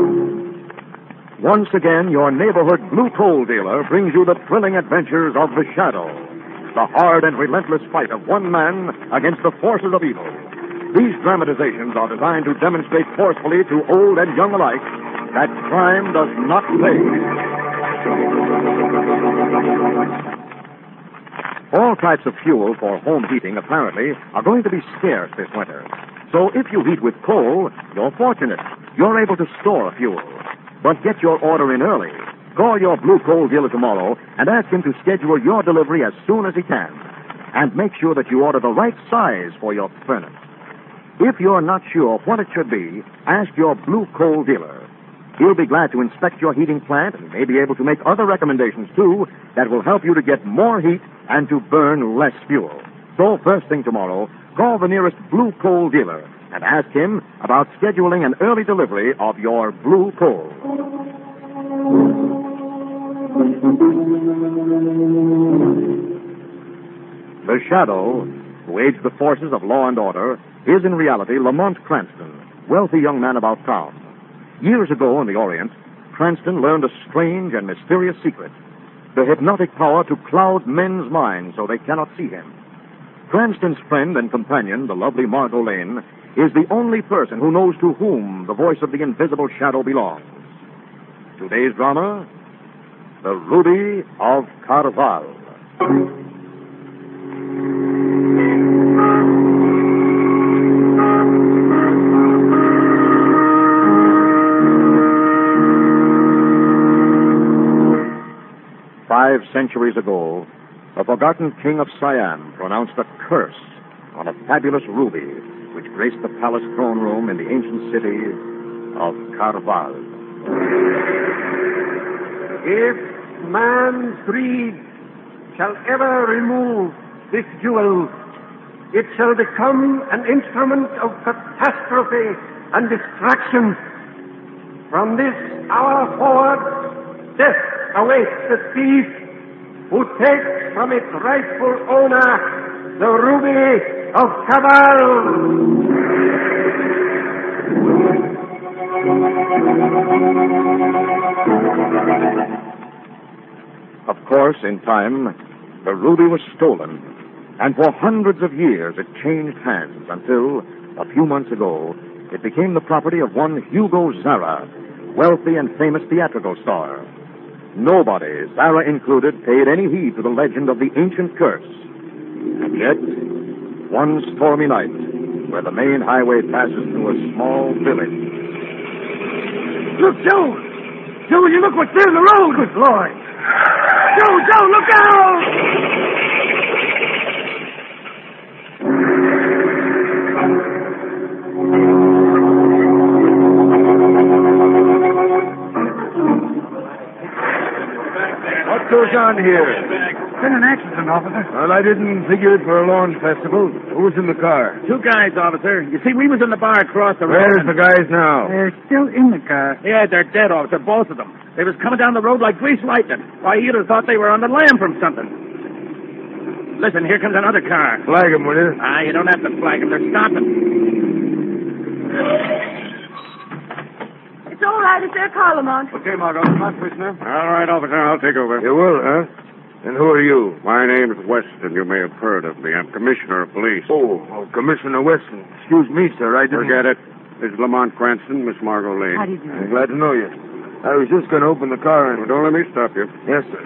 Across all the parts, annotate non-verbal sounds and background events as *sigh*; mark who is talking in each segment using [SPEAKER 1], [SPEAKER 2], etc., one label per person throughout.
[SPEAKER 1] *laughs*
[SPEAKER 2] knows.
[SPEAKER 1] Once again, your neighborhood blue coal dealer brings you the thrilling adventures of the Shadow, the hard and relentless fight of one man against the forces of evil. These dramatizations are designed to demonstrate forcefully to old and young alike that crime does not pay. All types of fuel for home heating, apparently, are going to be scarce this winter. So if you heat with coal, you're fortunate. You're able to store fuel. But get your order in early. Call your blue coal dealer tomorrow and ask him to schedule your delivery as soon as he can. And make sure that you order the right size for your furnace. If you're not sure what it should be, ask your blue coal dealer. He'll be glad to inspect your heating plant and may be able to make other recommendations, too, that will help you to get more heat and to burn less fuel. So, first thing tomorrow, call the nearest blue coal dealer and ask him about scheduling an early delivery of your blue coal. The Shadow, who aids the forces of law and order, is in reality Lamont Cranston, wealthy young man about town. Years ago in the Orient, Cranston learned a strange and mysterious secret the hypnotic power to cloud men's minds so they cannot see him. Cranston's friend and companion, the lovely Margot Lane, is the only person who knows to whom the voice of the invisible shadow belongs. Today's drama The Ruby of Carval. Five centuries ago, a forgotten king of Siam pronounced a curse on a fabulous ruby which graced the palace throne room in the ancient city of Carval.
[SPEAKER 3] If man's greed shall ever remove this jewel, it shall become an instrument of catastrophe and destruction. From this hour forward, death awaits the thief who takes from its rightful owner the ruby of Cabal.
[SPEAKER 1] Of course, in time, the ruby was stolen, and for hundreds of years it changed hands until, a few months ago, it became the property of one Hugo Zara, wealthy and famous theatrical star. Nobody, Zara included, paid any heed to the legend of the ancient curse. And yet, one stormy night, where the main highway passes through a small village.
[SPEAKER 3] Look, Joe! Joe, will you look what's there in the road? Good Lord! Joe, Joe, look out!
[SPEAKER 4] What goes on here?
[SPEAKER 3] It's been an accident, officer.
[SPEAKER 4] Well, I didn't figure it for a lawn festival. Who's in the car?
[SPEAKER 5] Two guys, officer. You see, we was in the bar across the road.
[SPEAKER 4] Where's the guys now?
[SPEAKER 3] They're still in the car.
[SPEAKER 5] Yeah, they're dead, officer, both of them. They was coming down the road like greased lightning. Why, you'd have thought they were on the lam from something. Listen, here comes another car.
[SPEAKER 4] Flag 'em, will you?
[SPEAKER 5] Ah, you don't have to flag them. They're stopping.
[SPEAKER 6] It's all right. It's their car, Lamont.
[SPEAKER 3] Okay, Margot. Come on, prisoner.
[SPEAKER 2] All right, officer, I'll take over.
[SPEAKER 4] You will, huh? And who are you?
[SPEAKER 2] My name's Weston. You may have heard of me. I'm commissioner of police.
[SPEAKER 4] Oh, oh, Commissioner Weston. Excuse me, sir. I didn't.
[SPEAKER 2] Forget it. This is Lamont Cranston, Miss Margot Lane.
[SPEAKER 6] How do you do?
[SPEAKER 4] I'm glad to know you. I was just going to open the car
[SPEAKER 2] Well,
[SPEAKER 4] and.
[SPEAKER 2] don't let me stop you.
[SPEAKER 4] Yes, sir.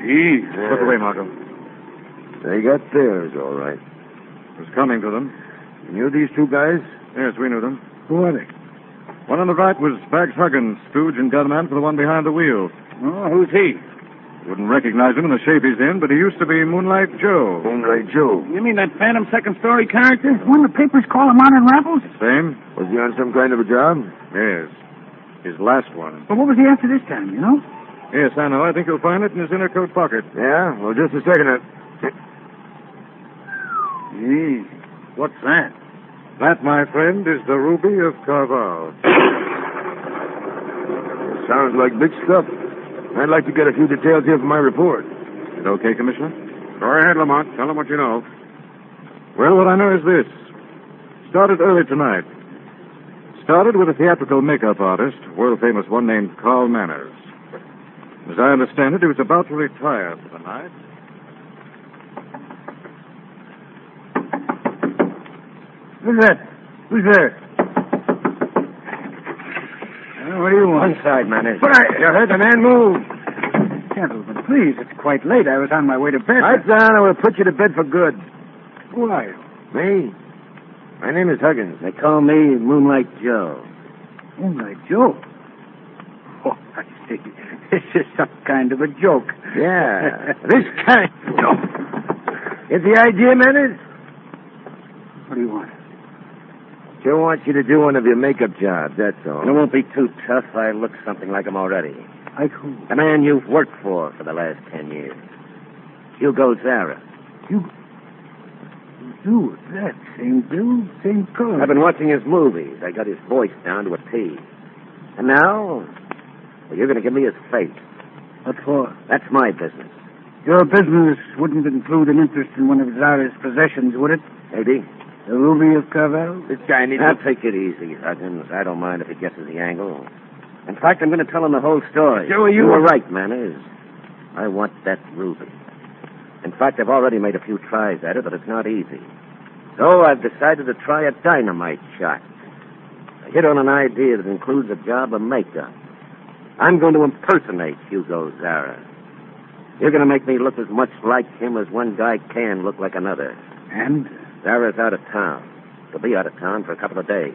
[SPEAKER 2] Gee.
[SPEAKER 4] Look away, Marco. They got theirs, all right.
[SPEAKER 1] It was coming to them.
[SPEAKER 4] You knew these two guys?
[SPEAKER 1] Yes, we knew them.
[SPEAKER 4] Who are they?
[SPEAKER 1] One on the right was Bags Huggins, stooge and gunman for the one behind the wheel.
[SPEAKER 5] Oh, who's he?
[SPEAKER 1] Wouldn't recognize him in the shape he's in, but he used to be Moonlight Joe.
[SPEAKER 4] Moonlight Joe.
[SPEAKER 5] You mean that phantom second story character?
[SPEAKER 3] When the papers call them out in raffles?
[SPEAKER 1] Same?
[SPEAKER 4] Was he on some kind of a job?
[SPEAKER 1] Yes.
[SPEAKER 6] His last one.
[SPEAKER 3] But what was he after this time, you know?
[SPEAKER 6] Yes, I know. I think you'll find it in his inner coat pocket.
[SPEAKER 1] Yeah? Well, just a second.
[SPEAKER 3] Gee, what's that?
[SPEAKER 6] That, my friend, is the ruby of Carval.
[SPEAKER 1] It sounds like big stuff. I'd like to get a few details here for my report.
[SPEAKER 6] It okay, Commissioner? Go ahead, Lamont. Tell him what you know. Well, what I know is this. Started early tonight. Started with a theatrical makeup artist, world famous one named Carl Manners. As I understand it, he was about to retire for the night.
[SPEAKER 3] Who's that? Who's there? Uh, what do you want?
[SPEAKER 1] side, Manners.
[SPEAKER 3] But I-
[SPEAKER 1] You heard the man move.
[SPEAKER 3] Gentlemen, please, it's quite late. I was on my way to bed.
[SPEAKER 1] Right down, I will put you to bed for good.
[SPEAKER 3] Who are you?
[SPEAKER 1] Me? My name is Huggins. They call me Moonlight Joe.
[SPEAKER 3] Moonlight Joe. Oh, I see. *laughs* This is some kind of a joke.
[SPEAKER 7] *laughs*
[SPEAKER 1] Yeah. this kind. Get the idea, Manners?
[SPEAKER 3] What do you want?
[SPEAKER 1] Joe wants you to do one of your makeup jobs, that's all.
[SPEAKER 7] It won't be too tough. I look something like him already.
[SPEAKER 3] Like who?
[SPEAKER 7] The man you've worked for for the last ten years. Hugo Zara.
[SPEAKER 3] You, that same build, same color.
[SPEAKER 7] I've been watching his movies. I got his voice down to a T. And now, well, you're going to give me his face.
[SPEAKER 3] What for?
[SPEAKER 7] That's my business.
[SPEAKER 3] Your business wouldn't include an interest in one of Zara's possessions, would it?
[SPEAKER 7] Maybe.
[SPEAKER 3] The ruby of Carvel?
[SPEAKER 1] This guy needs
[SPEAKER 7] Now, take it easy, Huggins. I don't mind if he guesses the angle. In fact, I'm going to tell him the whole story.
[SPEAKER 1] Joey, you-
[SPEAKER 7] were right, Manners. I want that ruby. In fact, I've already made a few tries at it, but it's not easy. So I've decided to try a dynamite shot. I hit on an idea that includes a job of makeup. I'm going to impersonate Hugo Zara. You're going to make me look as much like him as one guy can look like another.
[SPEAKER 3] And?
[SPEAKER 7] Sarah's out of town. She'll be out of town for a couple of days.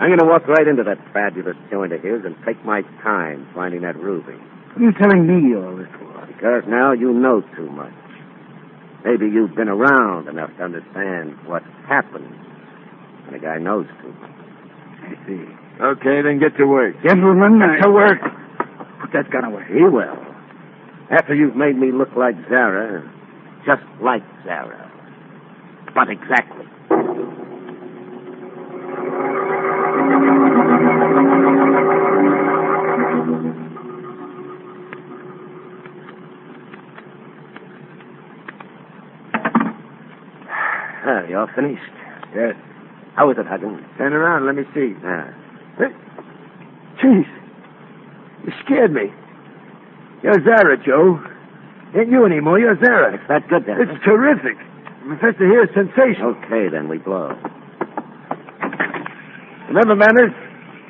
[SPEAKER 7] I'm going to walk right into that fabulous joint of his and take my time finding that ruby.
[SPEAKER 3] What are you telling me all this for?
[SPEAKER 7] Because now you know too much. Maybe you've been around enough to understand what happens when a guy knows too much.
[SPEAKER 3] I see.
[SPEAKER 1] Okay, then get to work.
[SPEAKER 3] Gentlemen, I...
[SPEAKER 1] To work.
[SPEAKER 3] Put that gun away.
[SPEAKER 7] He will. After you've made me look like Zara, just like Zara. But exactly. Ah, you all finished?
[SPEAKER 1] Yes.
[SPEAKER 7] How is it, Huggins?
[SPEAKER 1] Turn around, let me see.
[SPEAKER 7] Ah,
[SPEAKER 1] Jeez. You scared me. You're Zara, Joe. Ain't you anymore, you're Zara.
[SPEAKER 7] it's that good then.
[SPEAKER 1] It's terrific. I'm Professor here is sensational.
[SPEAKER 7] *laughs* Okay, then we blow.
[SPEAKER 1] Remember, Manners,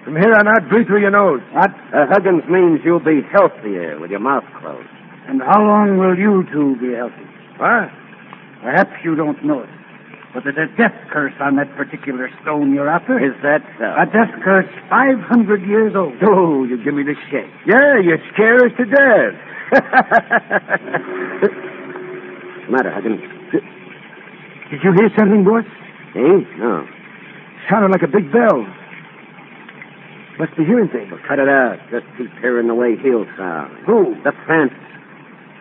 [SPEAKER 1] from here on out, breathe through your nose.
[SPEAKER 3] What?
[SPEAKER 7] Uh, Huggins means you'll be healthier with your mouth *laughs* closed.
[SPEAKER 3] And how long will you two be healthy?
[SPEAKER 1] What?
[SPEAKER 3] Perhaps you don't know it, but there's a death curse on that particular stone you're after.
[SPEAKER 7] Is that so?
[SPEAKER 3] A death curse 500 years old.
[SPEAKER 7] Oh, you give me the shake.
[SPEAKER 1] Yeah, you scare us to death.
[SPEAKER 3] *laughs*
[SPEAKER 7] What's the matter, Huggins?
[SPEAKER 1] Did you hear something, boss?
[SPEAKER 7] Eh? No.
[SPEAKER 1] Sounded like a big bell. Must be hearing things.
[SPEAKER 7] Well, cut it out. Just keep hearing the way he'll sound.
[SPEAKER 1] Who?
[SPEAKER 7] The fence.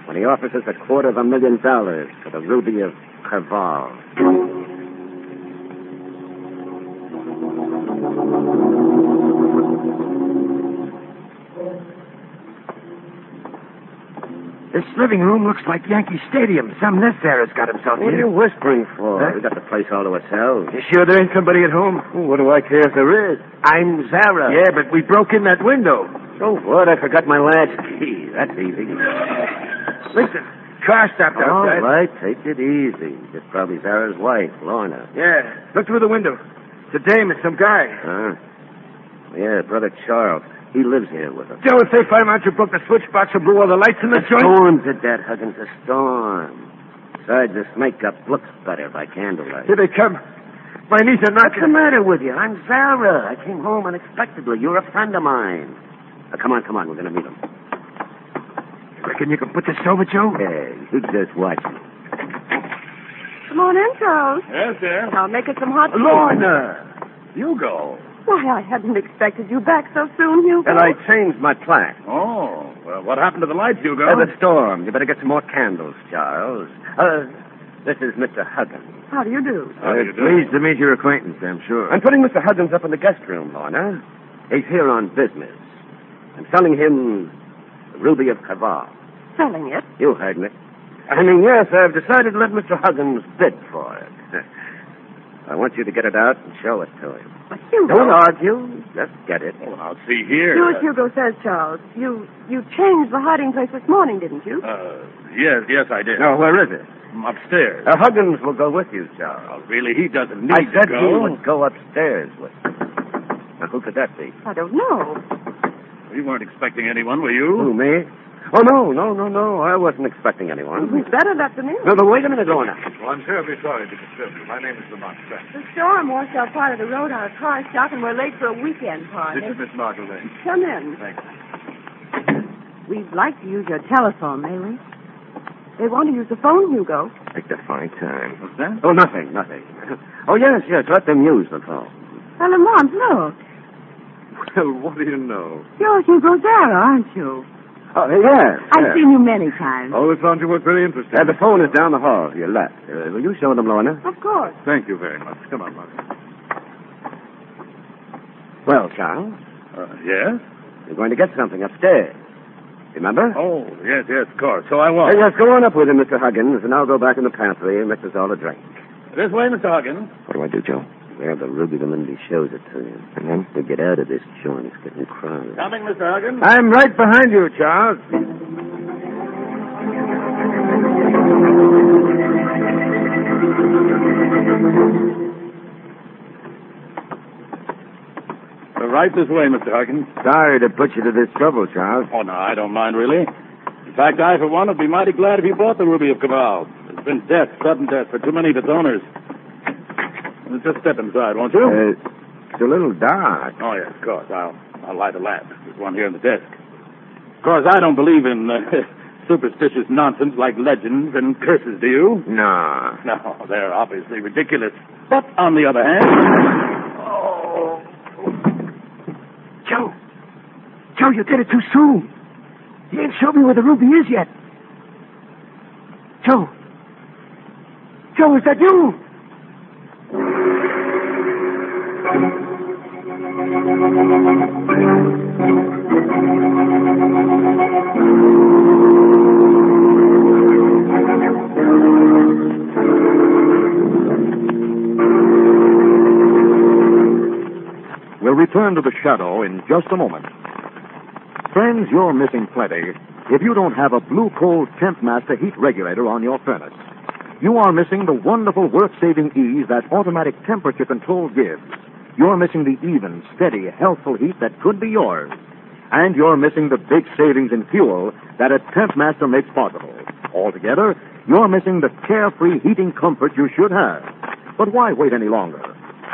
[SPEAKER 7] When he offers us a quarter of a million dollars for the ruby of Carval.
[SPEAKER 1] This living room looks like Yankee Stadium. Some nest there has got himself
[SPEAKER 7] What are
[SPEAKER 1] here.
[SPEAKER 7] you whispering for?
[SPEAKER 1] Huh?
[SPEAKER 7] We got the place all to ourselves.
[SPEAKER 1] You sure there ain't somebody at home? what do I care if there is?
[SPEAKER 7] I'm Zara.
[SPEAKER 1] Yeah, but we broke in that window.
[SPEAKER 7] So what? Oh, I forgot my latch key. That's easy.
[SPEAKER 1] Listen, car stopped
[SPEAKER 3] Oh,
[SPEAKER 7] All
[SPEAKER 1] outside.
[SPEAKER 7] right, take it easy. It's probably Zara's wife, Lorna.
[SPEAKER 1] Yeah, look through the window. It's a dame. It's some guy.
[SPEAKER 7] Huh? Yeah, brother Charles. He lives here with us.
[SPEAKER 1] Joe, if they find out you broke the switch box and blew all the lights in the joint.
[SPEAKER 7] storm did that, Huggins. A storm. Besides, this makeup looks better by candlelight.
[SPEAKER 1] Here they come. My knees are
[SPEAKER 7] What's the
[SPEAKER 1] knocking.
[SPEAKER 7] matter with you? I'm Zara. I came home unexpectedly. You're a friend of mine. Now, come on, come on. We're going to meet him.
[SPEAKER 1] Reckon you can put this over, Joe?
[SPEAKER 7] Hey, you just watch me.
[SPEAKER 8] Come on in, Charles.
[SPEAKER 9] Yes, sir.
[SPEAKER 8] I'll make us some hot.
[SPEAKER 9] Lorna! Hugo.
[SPEAKER 7] Why, I hadn't expected you back so soon, Hugo.
[SPEAKER 6] And
[SPEAKER 2] uh,
[SPEAKER 6] I changed my plan.
[SPEAKER 2] Oh, well, what happened to the lights, Hugo?
[SPEAKER 6] There's a storm. You better get some more candles, Charles. Uh, this is Mr. Huggins.
[SPEAKER 7] How do you do?
[SPEAKER 2] How do you
[SPEAKER 6] Uh,
[SPEAKER 2] do?
[SPEAKER 6] pleased
[SPEAKER 1] to meet your acquaintance, I'm sure.
[SPEAKER 6] I'm putting Mr. Huggins up in the guest room, Lorna. He's here on business. I'm selling him the Ruby of Caval.
[SPEAKER 7] Selling it?
[SPEAKER 6] You heard me. I mean, yes, I've decided to let Mr. Huggins bid for it. *laughs* I want you to get it out and show it to him.
[SPEAKER 7] But Hugo.
[SPEAKER 6] Don't argue. Just get it.
[SPEAKER 2] Oh, now, see here.
[SPEAKER 7] Do as Hugo says, Charles. You you changed the hiding place this morning, didn't you?
[SPEAKER 2] Uh, yes, yes, I did.
[SPEAKER 6] Now, where is it?
[SPEAKER 2] I'm upstairs.
[SPEAKER 6] Uh, Huggins will go with you, Charles.
[SPEAKER 2] Oh, really, he doesn't need
[SPEAKER 6] I said
[SPEAKER 2] to
[SPEAKER 6] he
[SPEAKER 2] go.
[SPEAKER 6] would go upstairs with you. Now, who could that be?
[SPEAKER 7] I don't know.
[SPEAKER 2] You weren't expecting anyone, were you?
[SPEAKER 6] Who, me? Oh, no, no, no, no. I wasn't expecting anyone.
[SPEAKER 7] We'd better let them in.
[SPEAKER 6] No, but wait a minute, Lorna.
[SPEAKER 10] Well, I'm terribly sorry to disturb you. My name is Lamont Frank.
[SPEAKER 7] The storm washed out part of the road out of car stock, and we're late for a weekend party.
[SPEAKER 10] This is Miss Marguerite.
[SPEAKER 7] Come in.
[SPEAKER 10] Thank
[SPEAKER 7] We'd like to use your telephone, may we? They want to use the phone, Hugo.
[SPEAKER 6] Take the fine time.
[SPEAKER 2] What's that?
[SPEAKER 6] Oh, nothing, nothing. *laughs* Oh, yes, yes. Let them use the phone.
[SPEAKER 7] Well, Lamont, look.
[SPEAKER 10] Well, *laughs* what do you know?
[SPEAKER 7] You're Hugo Zara, aren't you?
[SPEAKER 6] Oh, yes.
[SPEAKER 7] I've
[SPEAKER 6] yes.
[SPEAKER 7] seen you many times.
[SPEAKER 10] Always found you was very interesting.
[SPEAKER 6] Uh, the phone is down the hall. Your left. Uh, will you show them, Lorna?
[SPEAKER 7] Of course.
[SPEAKER 10] Thank you very much. Come on, Margaret.
[SPEAKER 6] Well, Charles,
[SPEAKER 2] Uh, yes?
[SPEAKER 6] you're going to get something upstairs. Remember?
[SPEAKER 2] Oh, yes, yes, of course. So I
[SPEAKER 6] Uh,
[SPEAKER 2] was.
[SPEAKER 6] yes, go on up with him, Mr. Huggins, and I'll go back in the pantry and mix us all a drink.
[SPEAKER 2] This way, Mr. Huggins.
[SPEAKER 6] What do I do, Joe? Grab the ruby the minute he shows it to you. And then? We get out of this joint. It's getting crowded.
[SPEAKER 2] Coming, Mr. Huggins.
[SPEAKER 6] I'm right behind you, Charles.
[SPEAKER 2] Uh, right this way, Mr. Huggins.
[SPEAKER 6] Sorry to put you to this trouble, Charles.
[SPEAKER 2] Oh, no, I don't mind, really. In fact, I, for one, would be mighty glad if you bought the Ruby of Cabal. It's been death, sudden death, for too many of its owners. Just step inside, won't you?
[SPEAKER 6] Uh, it's a little dark.
[SPEAKER 2] Oh, yes, of course. I'll, I'll light a lamp. There's one here in the desk. Of course, I don't believe in uh, superstitious nonsense like legends and curses, do you?
[SPEAKER 6] No.
[SPEAKER 2] No, they're obviously ridiculous. But on the other hand. Oh.
[SPEAKER 3] Joe. Joe, you did it too soon. You didn't show me where the ruby is yet. Joe. Joe, is that you?
[SPEAKER 1] We'll return to the shadow in just a moment. Friends, you're missing plenty if you don't have a Blue Coal Temp Master heat regulator on your furnace. You are missing the wonderful work-saving ease that automatic temperature control gives. You're missing the even, steady, healthful heat that could be yours. And you're missing the big savings in fuel that a Temp Master makes possible. Altogether, you're missing the carefree heating comfort you should have. But why wait any longer?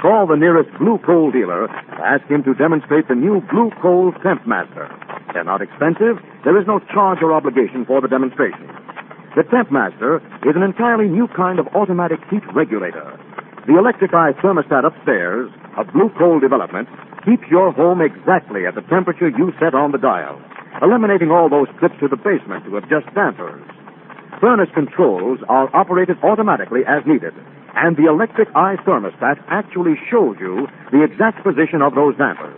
[SPEAKER 1] Call the nearest Blue Coal dealer and ask him to demonstrate the new Blue Coal Temp Master. They're not expensive. There is no charge or obligation for the demonstration. The Temp Master is an entirely new kind of automatic heat regulator. The electrified thermostat upstairs, a Blue Coal development, keeps your home exactly at the temperature you set on the dial, eliminating all those trips to the basement to adjust dampers. Furnace controls are operated automatically as needed, and the electric eye thermostat actually shows you the exact position of those dampers.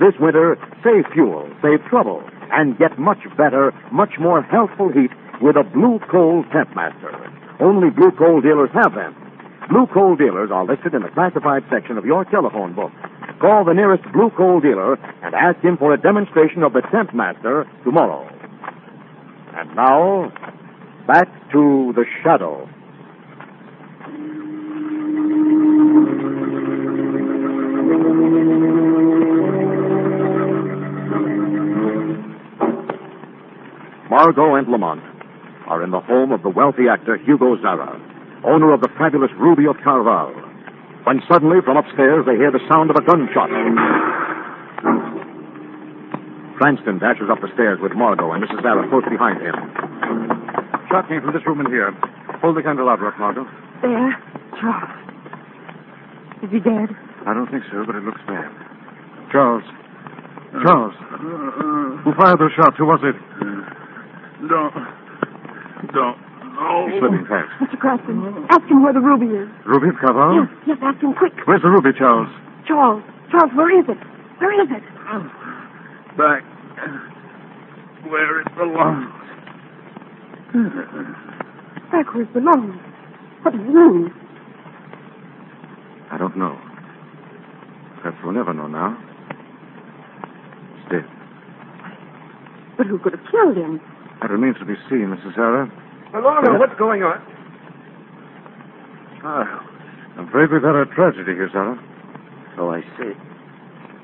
[SPEAKER 1] This winter, save fuel, save trouble, and get much better, much more healthful heat with a Blue Coal Temp Master. Only Blue Coal dealers have them. Blue Coal dealers are listed in the classified section of your telephone book. Call the nearest Blue Coal dealer and ask him for a demonstration of the Temp Master tomorrow. And now, back to the shadow. Margot and Lamont are in the home of the wealthy actor Hugo Zara, owner of the fabulous Ruby of Carval. When suddenly, from upstairs, they hear the sound of a gunshot. Cranston dashes up the stairs with Margot and Mrs. Zara close behind him.
[SPEAKER 10] Shot came from this room in here. Hold the candle out, Rock Margot.
[SPEAKER 7] There. Charles. Is he dead?
[SPEAKER 10] I don't think so, but it looks bad.
[SPEAKER 1] Who fired those shots? Who was it?
[SPEAKER 2] Don't. Don't. No.
[SPEAKER 1] He's slipping fast.
[SPEAKER 10] Mr. Creston, ask him where the ruby is.
[SPEAKER 1] Ruby, Cavall?
[SPEAKER 10] Yes, yes, ask him quick.
[SPEAKER 1] Where's the ruby, Charles?
[SPEAKER 10] Charles, Charles, where is it? Where is it?
[SPEAKER 2] Back. Where it belongs.
[SPEAKER 10] Back where it belongs. What does it mean?
[SPEAKER 1] I don't know. Perhaps we'll never know now. It's dead.
[SPEAKER 10] But who could have killed him?
[SPEAKER 1] That remains to be seen, Mrs. Sarah.
[SPEAKER 4] Maloney, what's going on?
[SPEAKER 1] I'm afraid we've had a tragedy here, Sarah.
[SPEAKER 7] Oh, I see.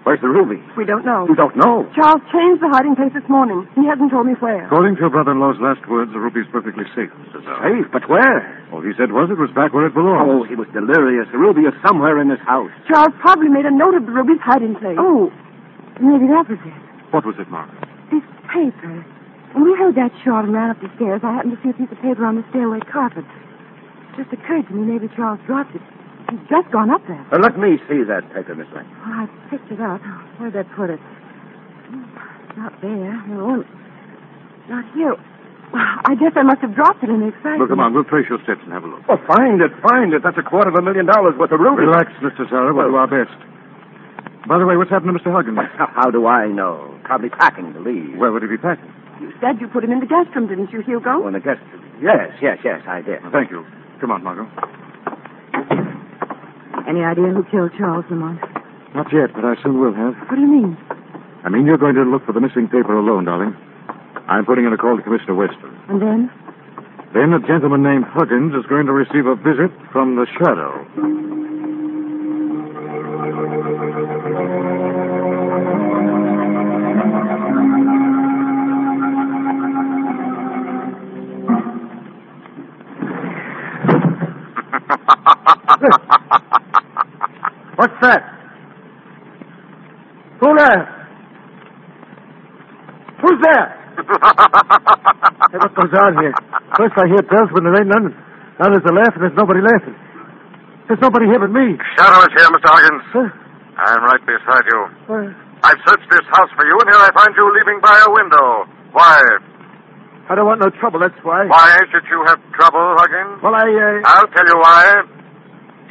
[SPEAKER 7] Where's the ruby?
[SPEAKER 10] We don't know.
[SPEAKER 7] You don't know.
[SPEAKER 10] Charles changed the hiding place this morning. He hasn't told me where.
[SPEAKER 1] According to your brother-in-law's last words, the ruby's perfectly safe, Mrs. Sarah.
[SPEAKER 7] Safe, eh? but where?
[SPEAKER 1] All he said was it was back where it
[SPEAKER 7] Oh,
[SPEAKER 1] belongs.
[SPEAKER 7] he was delirious. The ruby is somewhere in this house.
[SPEAKER 10] Charles probably made a note of the Ruby's hiding place. Oh, maybe that was it.
[SPEAKER 1] What was it, Mark?
[SPEAKER 10] This paper. When we heard that shot and ran up the stairs, I happened to see a piece of paper on the stairway carpet. It just occurred to me maybe Charles dropped it. He's just gone up there.
[SPEAKER 7] Uh, let me see that paper, Miss Lane.
[SPEAKER 10] Well, I picked it up. Where'd I put it? Not there. No, not here. I guess I must have dropped it in the excitement.
[SPEAKER 1] Well, come on, we'll trace your steps and have a look.
[SPEAKER 7] Well, find it, find it. That's a quarter of a million dollars worth of rubies.
[SPEAKER 1] Relax, Mr. Sarah. We'll do our best. By the way, what's happened to Mr. Huggins?
[SPEAKER 7] How do I know? Probably packing to leave.
[SPEAKER 1] Where would he be packing?
[SPEAKER 10] You said you put him in the guest room, didn't you,
[SPEAKER 7] Oh,
[SPEAKER 10] Hugo?
[SPEAKER 7] in the guest Yes, yes, yes, I did.
[SPEAKER 1] Thank you. Come on, Margot.
[SPEAKER 10] Any idea who killed Charles Lamont?
[SPEAKER 1] Not yet, but I soon will have.
[SPEAKER 10] What do you mean?
[SPEAKER 1] I mean, you're going to look for the missing paper alone, darling. I'm putting in a call to Commissioner Weston.
[SPEAKER 10] And then?
[SPEAKER 1] Then a gentleman named Huggins is going to receive a visit from the shadow.
[SPEAKER 4] What's that? Who there? Who's *laughs* there? hey, what goes on here? First I hear bells when there ain't none. Now there's a laugh and there's nobody laughing. There's nobody here but me.
[SPEAKER 1] Shadow is here, Mr. Huggins.
[SPEAKER 4] Huh?
[SPEAKER 1] I'm right beside you.
[SPEAKER 4] Why,
[SPEAKER 1] I've searched this house for you, and here I find you leaving by a window. Why?
[SPEAKER 4] I don't want no trouble, that's why.
[SPEAKER 1] Why should you have trouble, Huggins?
[SPEAKER 4] Well, I, uh,
[SPEAKER 1] I'll tell you why.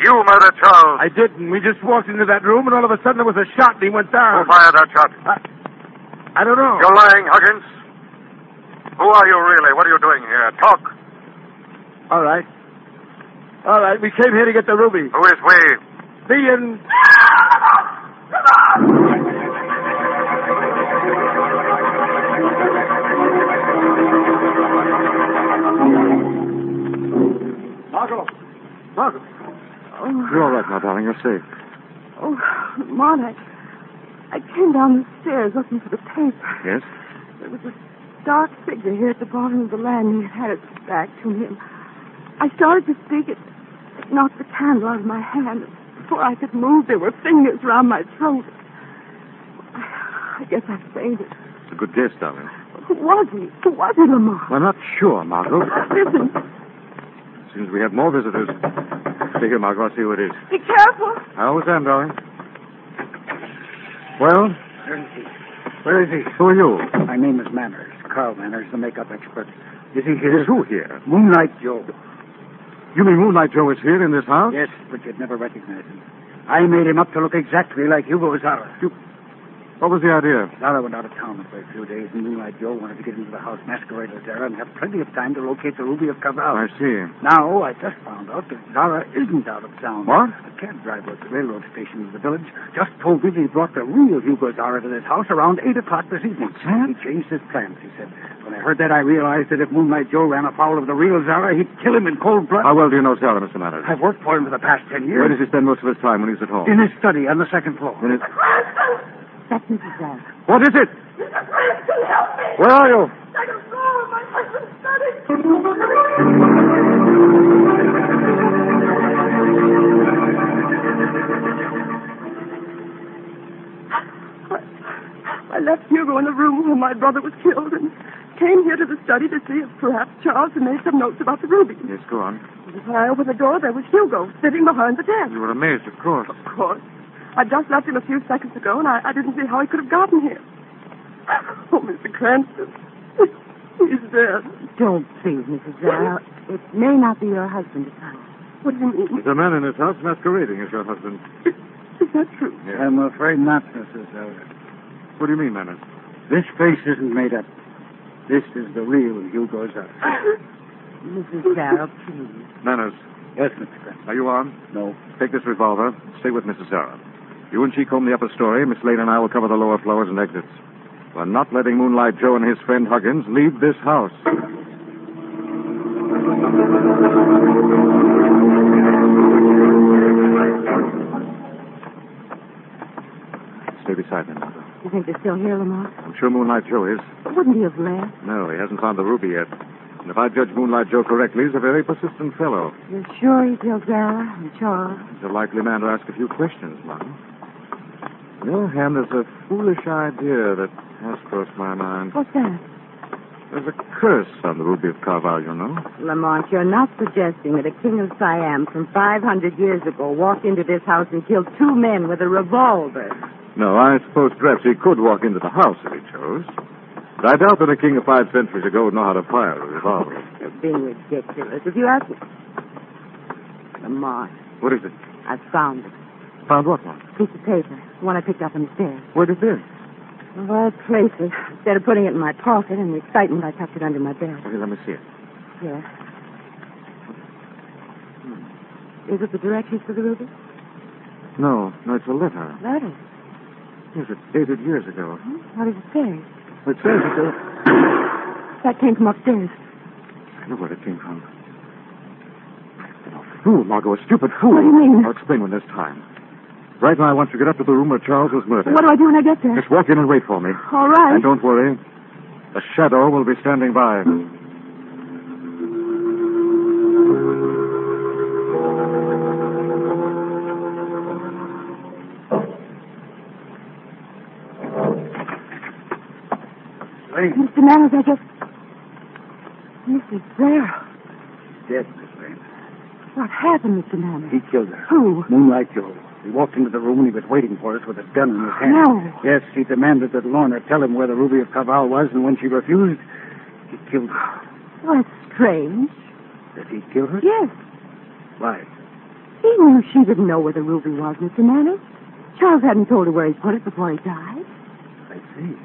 [SPEAKER 1] You murdered Charles.
[SPEAKER 4] I didn't. We just walked into that room and all of a sudden there was a shot and he went
[SPEAKER 1] Who
[SPEAKER 4] down.
[SPEAKER 1] fired that shot?
[SPEAKER 4] I don't know.
[SPEAKER 1] You're lying, Huggins. Who are you really? What are you doing here? Talk.
[SPEAKER 4] All right. All right, we came here to get the ruby.
[SPEAKER 1] Who is we?
[SPEAKER 4] Me
[SPEAKER 1] *laughs*
[SPEAKER 4] and...
[SPEAKER 3] Margot.
[SPEAKER 4] Margaret.
[SPEAKER 1] You're all right now, darling. You're safe.
[SPEAKER 10] Oh, Lamont, I, I came down the stairs looking for the paper.
[SPEAKER 1] Yes?
[SPEAKER 10] There was a dark figure here at the bottom of the landing that had its back to me. I started to speak. It, it knocked the candle out of my hand. Before I could move, there were fingers round my throat. I, I guess I fainted.
[SPEAKER 1] It's a good guess, darling.
[SPEAKER 10] Who was he? Who was he, Lamont?
[SPEAKER 1] We're not sure, Margot.
[SPEAKER 10] Listen,
[SPEAKER 1] Seems we have more visitors. Stay here, Margot. I'll see who it is.
[SPEAKER 10] be careful.
[SPEAKER 1] I always am, darling. Well,
[SPEAKER 3] Where is he?
[SPEAKER 1] who are you?
[SPEAKER 3] My name is Manners. Carl Manners, the makeup expert. Is he
[SPEAKER 1] There's who here?
[SPEAKER 3] Moonlight Joe.
[SPEAKER 1] You mean Moonlight Joe is here in this house?
[SPEAKER 3] Yes, but you'd never recognize him. I made him up to look exactly like Hugo Zara.
[SPEAKER 1] What was the idea?
[SPEAKER 3] Zara went out of town for a few days, and Moonlight Joe wanted to get into the house, masquerade as Zara, and have plenty of time to locate the ruby of Cabral.
[SPEAKER 1] I see.
[SPEAKER 3] Now, I just found out that Zara isn't out of town.
[SPEAKER 1] What?
[SPEAKER 3] The cab driver at the railroad station of the village just told me that he brought the real Hugo Zara to this house around 8 o'clock this evening. He changed his plans, he said. When I heard that, I realized that if Moonlight Joe ran afoul of the real Zara, he'd kill him in cold blood.
[SPEAKER 1] How well do you know Sarah, Mr. Manners?
[SPEAKER 3] I've worked for him for the past 10 years.
[SPEAKER 1] Where does he spend most of his time when he's at home?
[SPEAKER 3] In his study on the second floor.
[SPEAKER 1] In his-
[SPEAKER 10] That's Mrs. Brown.
[SPEAKER 1] What is it? Where are you?
[SPEAKER 10] I left Hugo in the room where my brother was killed and came here to the study to see if perhaps Charles had made some notes about the ruby.
[SPEAKER 1] Yes, go on.
[SPEAKER 10] When I opened the door, there was Hugo sitting behind the desk.
[SPEAKER 1] You were amazed, of course.
[SPEAKER 10] Of course. I just left him a few seconds ago, and I, I didn't see how he could have gotten here.
[SPEAKER 11] Oh, Mr. Cranston. He's dead.
[SPEAKER 10] Don't please, Mrs. Zara. It may not be your husband at all.
[SPEAKER 11] What do you mean?
[SPEAKER 1] The man in his house masquerading as your husband.
[SPEAKER 11] Is that true?
[SPEAKER 1] Yes.
[SPEAKER 3] I'm afraid not, Mrs. Elder.
[SPEAKER 1] What do you mean, Manners?
[SPEAKER 3] This face isn't made up. This is the real Hugo Zara.
[SPEAKER 10] Mrs. Zara, please.
[SPEAKER 1] Manners,
[SPEAKER 3] Yes, Mr. Cranston.
[SPEAKER 1] are you on?
[SPEAKER 3] No.
[SPEAKER 1] Take this revolver. Stay with Mrs. Sarah. You and she comb the upper story. Miss Lane and I will cover the lower floors and exits. We're not letting Moonlight Joe and his friend Huggins leave this house. Stay beside me, Martha.
[SPEAKER 10] You think they're still here, Lamont?
[SPEAKER 1] I'm sure Moonlight Joe is.
[SPEAKER 10] But wouldn't he have left?
[SPEAKER 1] No, he hasn't found the ruby yet. And if I judge Moonlight Joe correctly, he's a very persistent fellow.
[SPEAKER 10] You're sure he killed Zara and Charles?
[SPEAKER 1] He's a likely man to ask a few questions, Martin. On the other hand, there's a foolish idea that has crossed my mind.
[SPEAKER 10] What's that?
[SPEAKER 1] There's a curse on the Ruby of Carval, you know.
[SPEAKER 10] Lamont, you're not suggesting that a king of Siam from 500 years ago walked into this house and killed two men with a revolver.
[SPEAKER 1] No, I suppose perhaps he could walk into the house if he chose. But I doubt that a king of five centuries ago would know how to fire a revolver.
[SPEAKER 10] You're being ridiculous. If you ask me. Lamont,
[SPEAKER 1] What is it?
[SPEAKER 10] I found it.
[SPEAKER 1] Found what, Martin?
[SPEAKER 10] Piece of paper. The one I picked up on the stairs.
[SPEAKER 1] Where did this?
[SPEAKER 10] Well, I placed it. Instead of putting it in my pocket and the excitement, I tucked it under my bed.
[SPEAKER 1] Okay, let me see it.
[SPEAKER 10] Here. Is it the directions for the ruby?
[SPEAKER 1] No, no, it's a letter.
[SPEAKER 10] Letter. Hmm?
[SPEAKER 1] Yes, it's dated years ago.
[SPEAKER 10] What does it say?
[SPEAKER 1] It says that
[SPEAKER 10] That came from upstairs.
[SPEAKER 1] I know where it came from. A fool, Margot, a stupid fool.
[SPEAKER 10] What do you mean?
[SPEAKER 1] I'll explain when there's time. Right now, I want you to get up to the room where Charles was murdered.
[SPEAKER 10] What do I do when I get there?
[SPEAKER 1] Just walk in and wait for me.
[SPEAKER 10] All right.
[SPEAKER 1] And don't worry. The shadow will be standing by.
[SPEAKER 10] Hmm? Mr. Manners, I just. Mrs. Zara.
[SPEAKER 3] Yes, Miss Lane.
[SPEAKER 10] What happened, Mr. Manners?
[SPEAKER 3] He killed her.
[SPEAKER 10] Who?
[SPEAKER 3] Moonlight Joe. He walked into the room and he was waiting for us with a gun in his hand.
[SPEAKER 10] No.
[SPEAKER 3] Yes, he demanded that Lorna tell him where the Ruby of Caval was, and when she refused, he killed her.
[SPEAKER 10] Well, that's strange.
[SPEAKER 3] Did he kill her?
[SPEAKER 10] Yes.
[SPEAKER 3] Why?
[SPEAKER 10] He knew she didn't know where the ruby was, Mr. Manners. Charles hadn't told her where he put it before he died.
[SPEAKER 3] I see.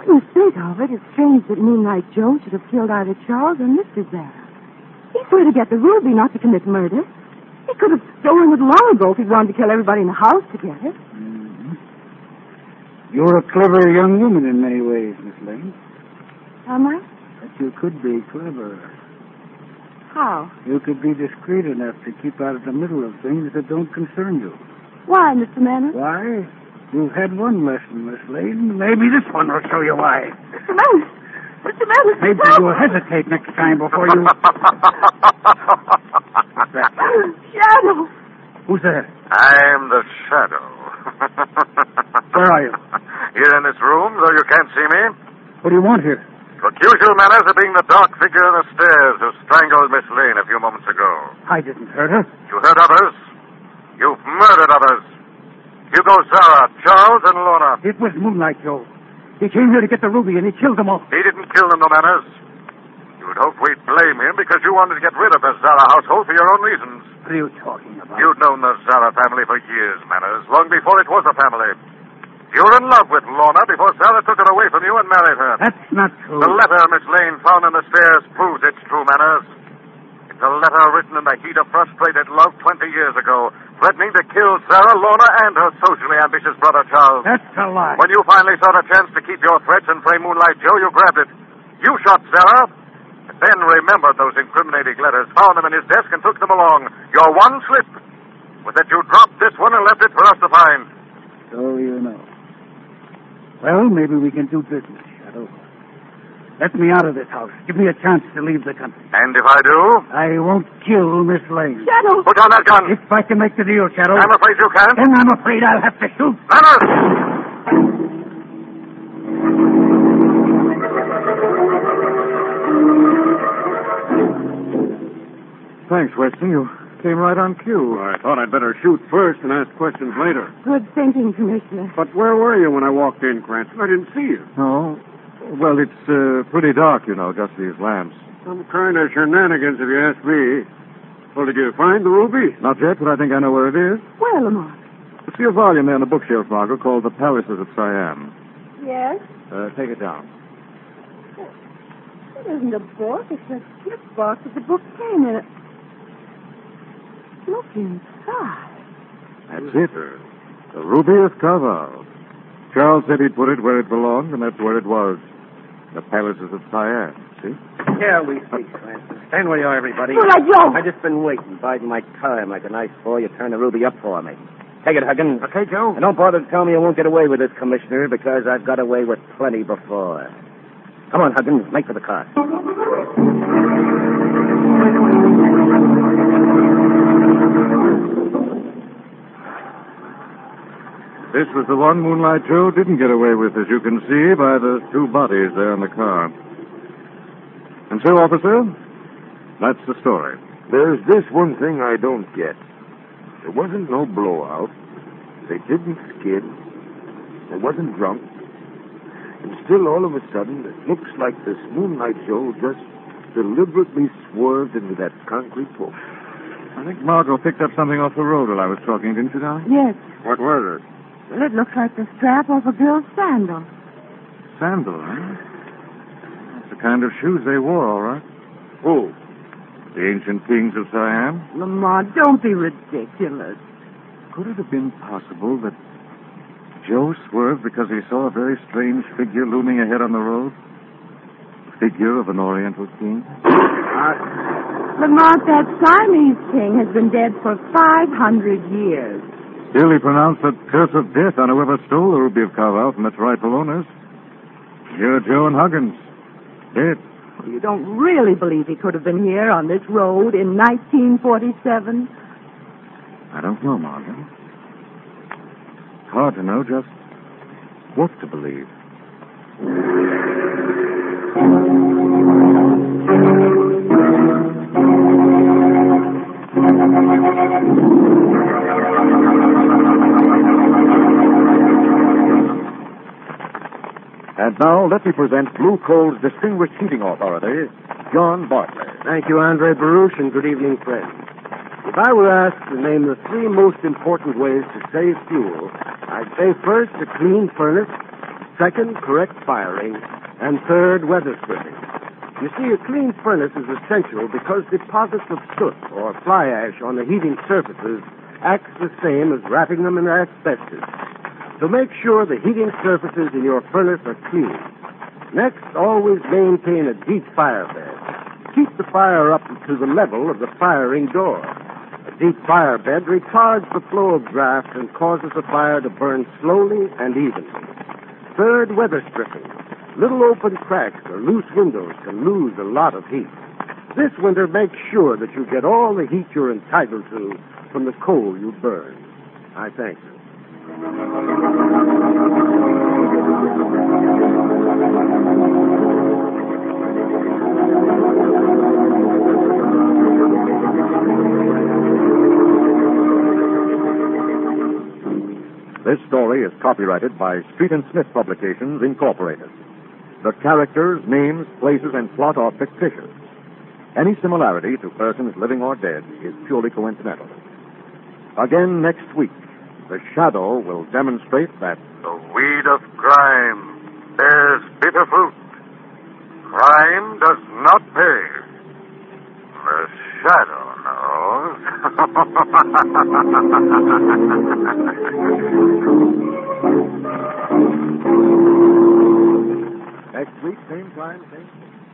[SPEAKER 10] When you think of it, it's strange that Moonlight Joe should have killed either Charles or Mr. Zara. He swear to get the ruby, not to commit murder. He could have stolen it long ago if he'd wanted to kill everybody in the house to get it.
[SPEAKER 3] You're a clever young woman in many ways, Miss Lane.
[SPEAKER 10] Am I?
[SPEAKER 3] But you could be clever.
[SPEAKER 10] How?
[SPEAKER 3] You could be discreet enough to keep out of the middle of things that don't concern you.
[SPEAKER 10] Why, Mr. Manners?
[SPEAKER 3] Why? You've had one lesson, Miss Lane. Maybe this one will show you why.
[SPEAKER 10] Mr. Manners! Mr. Manners!
[SPEAKER 3] Maybe
[SPEAKER 10] help!
[SPEAKER 3] you'll hesitate next time before
[SPEAKER 1] *laughs*
[SPEAKER 3] you.
[SPEAKER 10] Shadow!
[SPEAKER 3] Who's there?
[SPEAKER 4] I'm the shadow. *laughs*
[SPEAKER 3] Where are you?
[SPEAKER 4] Here in this room, though you can't see me.
[SPEAKER 3] What do you want here?
[SPEAKER 4] Accuse you, Manners, of being the dark figure on the stairs who strangled Miss Lane a few moments ago.
[SPEAKER 3] I didn't hurt her.
[SPEAKER 4] You hurt others. You've murdered others. Hugo Zara, Charles, and Lorna.
[SPEAKER 3] It was Moonlight Joe. He came here to get the ruby and he killed them all.
[SPEAKER 4] He didn't kill them, no Manners. You would hope we'd blame him because you wanted to get rid of the Zara household for your own reasons.
[SPEAKER 3] What are you talking about?
[SPEAKER 4] You'd known the Zara family for years, Manners, long before it was a family. You were in love with Lorna before Zara took her away from you and married her.
[SPEAKER 3] That's not true.
[SPEAKER 4] The letter Miss Lane found on the stairs proves it's true, Manners. It's a letter written in the heat of frustrated love 20 years ago, threatening to kill Sarah, Lorna, and her socially ambitious brother Charles.
[SPEAKER 3] That's a lie.
[SPEAKER 4] When you finally saw the chance to keep your threats and frame Moonlight Joe, you grabbed it. You shot Sarah, and then remembered those incriminating letters, found them in his desk, and took them along. Your one slip was that you dropped this one and left it for us to find.
[SPEAKER 3] So Oh, you know. Well, maybe we can do business, Shadow. Let me out of this house. Give me a chance to leave the country.
[SPEAKER 4] And if I do,
[SPEAKER 3] I won't kill Miss Lane.
[SPEAKER 10] Shadow!
[SPEAKER 4] put down that gun.
[SPEAKER 3] If I can make the deal, Shadow,
[SPEAKER 4] I'm afraid you can't.
[SPEAKER 3] then I'm afraid I'll have to shoot.
[SPEAKER 4] Manners!
[SPEAKER 1] Thanks, Weston. You
[SPEAKER 12] Came right on cue.
[SPEAKER 1] I thought I'd better shoot first and ask questions later.
[SPEAKER 13] Good thinking, Commissioner.
[SPEAKER 1] But where were you when I walked in, Cranston? I didn't see you.
[SPEAKER 12] No. Well, it's uh, pretty dark, you know, just these lamps.
[SPEAKER 1] Some kind of shenanigans, if you ask me. Well, did you find the ruby?
[SPEAKER 12] Not yet, but I think I know where it is.
[SPEAKER 13] Well, Lamont.
[SPEAKER 12] See a volume there on the bookshelf, Margot, called The Palaces of Siam.
[SPEAKER 10] Yes?
[SPEAKER 12] Uh, take it down.
[SPEAKER 10] It isn't a book. It's a gift box with the book came in it.
[SPEAKER 13] Look inside.
[SPEAKER 12] That's it. The Ruby of Carval. Charles said he'd put it where it belonged, and that's where it was. The Palaces of Siam, see?
[SPEAKER 6] Here we see, Clancy. Stand where you are, everybody.
[SPEAKER 13] Where I go?
[SPEAKER 6] I've just been waiting, biding my time like a nice boy. You turn the ruby up for me. Take it, Huggins.
[SPEAKER 12] Okay, Joe.
[SPEAKER 6] And don't bother to tell me you won't get away with this, Commissioner, because I've got away with plenty before. Come on, Huggins, make for the car.
[SPEAKER 1] This was the one Moonlight Joe didn't get away with, as you can see by the two bodies there in the car. And so, officer, that's the story.
[SPEAKER 2] There's this one thing I don't get. There wasn't no blowout. They didn't skid. They wasn't drunk. And still, all of a sudden, it looks like this Moonlight Joe just deliberately swerved into that concrete pool.
[SPEAKER 1] I think Margot picked up something off the road while I was talking, didn't you, darling?
[SPEAKER 13] Yes.
[SPEAKER 1] What was it?
[SPEAKER 13] Well, it looks like the strap off a girl's sandal.
[SPEAKER 1] Sandal, huh? That's the kind of shoes they wore, all right. Who? The ancient kings of Siam.
[SPEAKER 13] Lamont, don't be ridiculous.
[SPEAKER 1] Could it have been possible that Joe swerved because he saw a very strange figure looming ahead on the road? Figure of an Oriental king?
[SPEAKER 13] Lamont, Uh, that Siamese king has been dead for 500 years.
[SPEAKER 1] Still, he pronounced the curse of death on whoever stole the Ruby of Carval from its rightful owners. Here, Joe and Huggins. Dead.
[SPEAKER 13] Well, you don't really believe he could have been here on this road in 1947?
[SPEAKER 1] I don't know, Margot. Hard to know just what to believe.
[SPEAKER 2] And now let me present Blue Coal's distinguished heating authority, John Bartley.
[SPEAKER 3] Thank you, Andre Baruch, and good evening, friends. If I were asked to name the three most important ways to save fuel, I'd say first, a clean furnace, second, correct firing, and third, weather stripping. You see, a clean furnace is essential because deposits of soot or fly ash on the heating surfaces acts the same as wrapping them in asbestos. So make sure the heating surfaces in your furnace are clean. Next, always maintain a deep fire bed. Keep the fire up to the level of the firing door. A deep fire bed retards the flow of draft and causes the fire to burn slowly and evenly. Third, weather stripping. Little open cracks or loose windows can lose a lot of heat. This winter, make sure that you get all the heat you're entitled to from the coal you burn. I thank you.
[SPEAKER 2] This story is copyrighted by Street and Smith Publications, Incorporated. The characters, names, places, and plot are fictitious. Any similarity to persons living or dead is purely coincidental. Again next week, the shadow will demonstrate that
[SPEAKER 4] The weed of crime bears bitter fruit. Crime does not pay. The shadow knows. *laughs*
[SPEAKER 2] next week, same time, same.